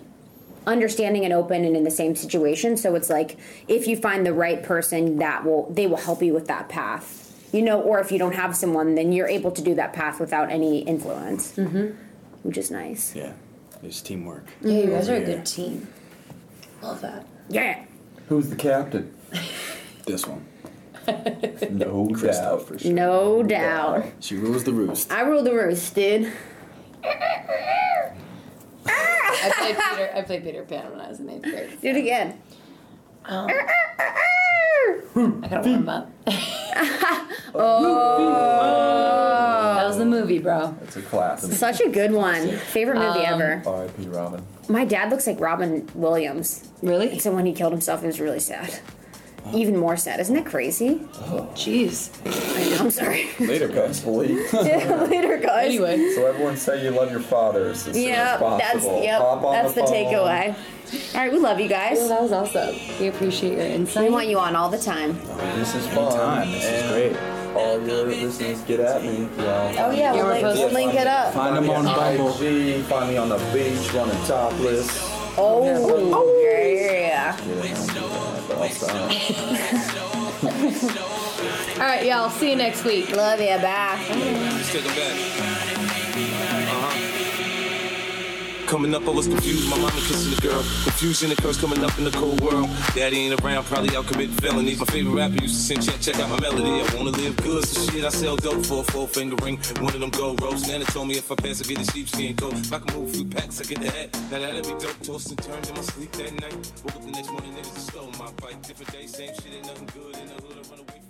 understanding and open and in the same situation. So it's like if you find the right person, that will they will help you with that path. You know, or if you don't have someone, then you're able to do that path without any influence,
Mhm.
which is nice.
Yeah, it's teamwork.
Mm.
Yeah, you guys are a
Yeah.
good team. Love that.
Yeah.
Who's the captain?
This one,
no doubt. For
No doubt.
She rules the roost.
I rule the roost, dude.
I played Peter. I played Peter Pan when I was in eighth grade.
Do it again.
Um, I gotta warm up.
oh,
that was the movie, bro.
It's a classic.
Such a good one. Favorite movie
Um,
ever.
R.I.P. Robin.
My dad looks like Robin Williams. Really? So when he killed himself, it was really sad. Even more sad. Isn't that crazy? Jeez. I know, I'm sorry.
Later, guys.
Later, guys. Anyway.
So everyone say you love your fathers. as soon as
Yeah, that's
possible.
yep,
Hop on
that's the,
phone.
takeaway. All right, we love you guys.
Well, that was awesome. We appreciate your insight.
We want you on all the time.
This is fun.
Anytime. This is
and
great.
All your listeners get at me.
Oh, yeah, we'll link- we'll link it up.
Find them on IG. Find me on the beach running topless.
Oh, yeah.
All right, y'all. See you next week.
Love you. Bye.
Let's take 'em back. Uh-huh. Coming up, I was confused. My mama kissing a girl. Confusion and curse coming up in the cold world. Daddy ain't around, probably out committing felonies. My favorite rapper used to sing, check, check out my melody. I wanna live good, so shit, I sell dope for a four finger ring. One of them gold ropes. Nana told me if I pass, I get a sheepskin coat. If I can move a few packs, I get the hat. Now that'd be dope. Toast and turned in my sleep that night. Woke up the next morning, niggas and stole my bike. Different day, same shit, ain't nothing good in the hood. I run away from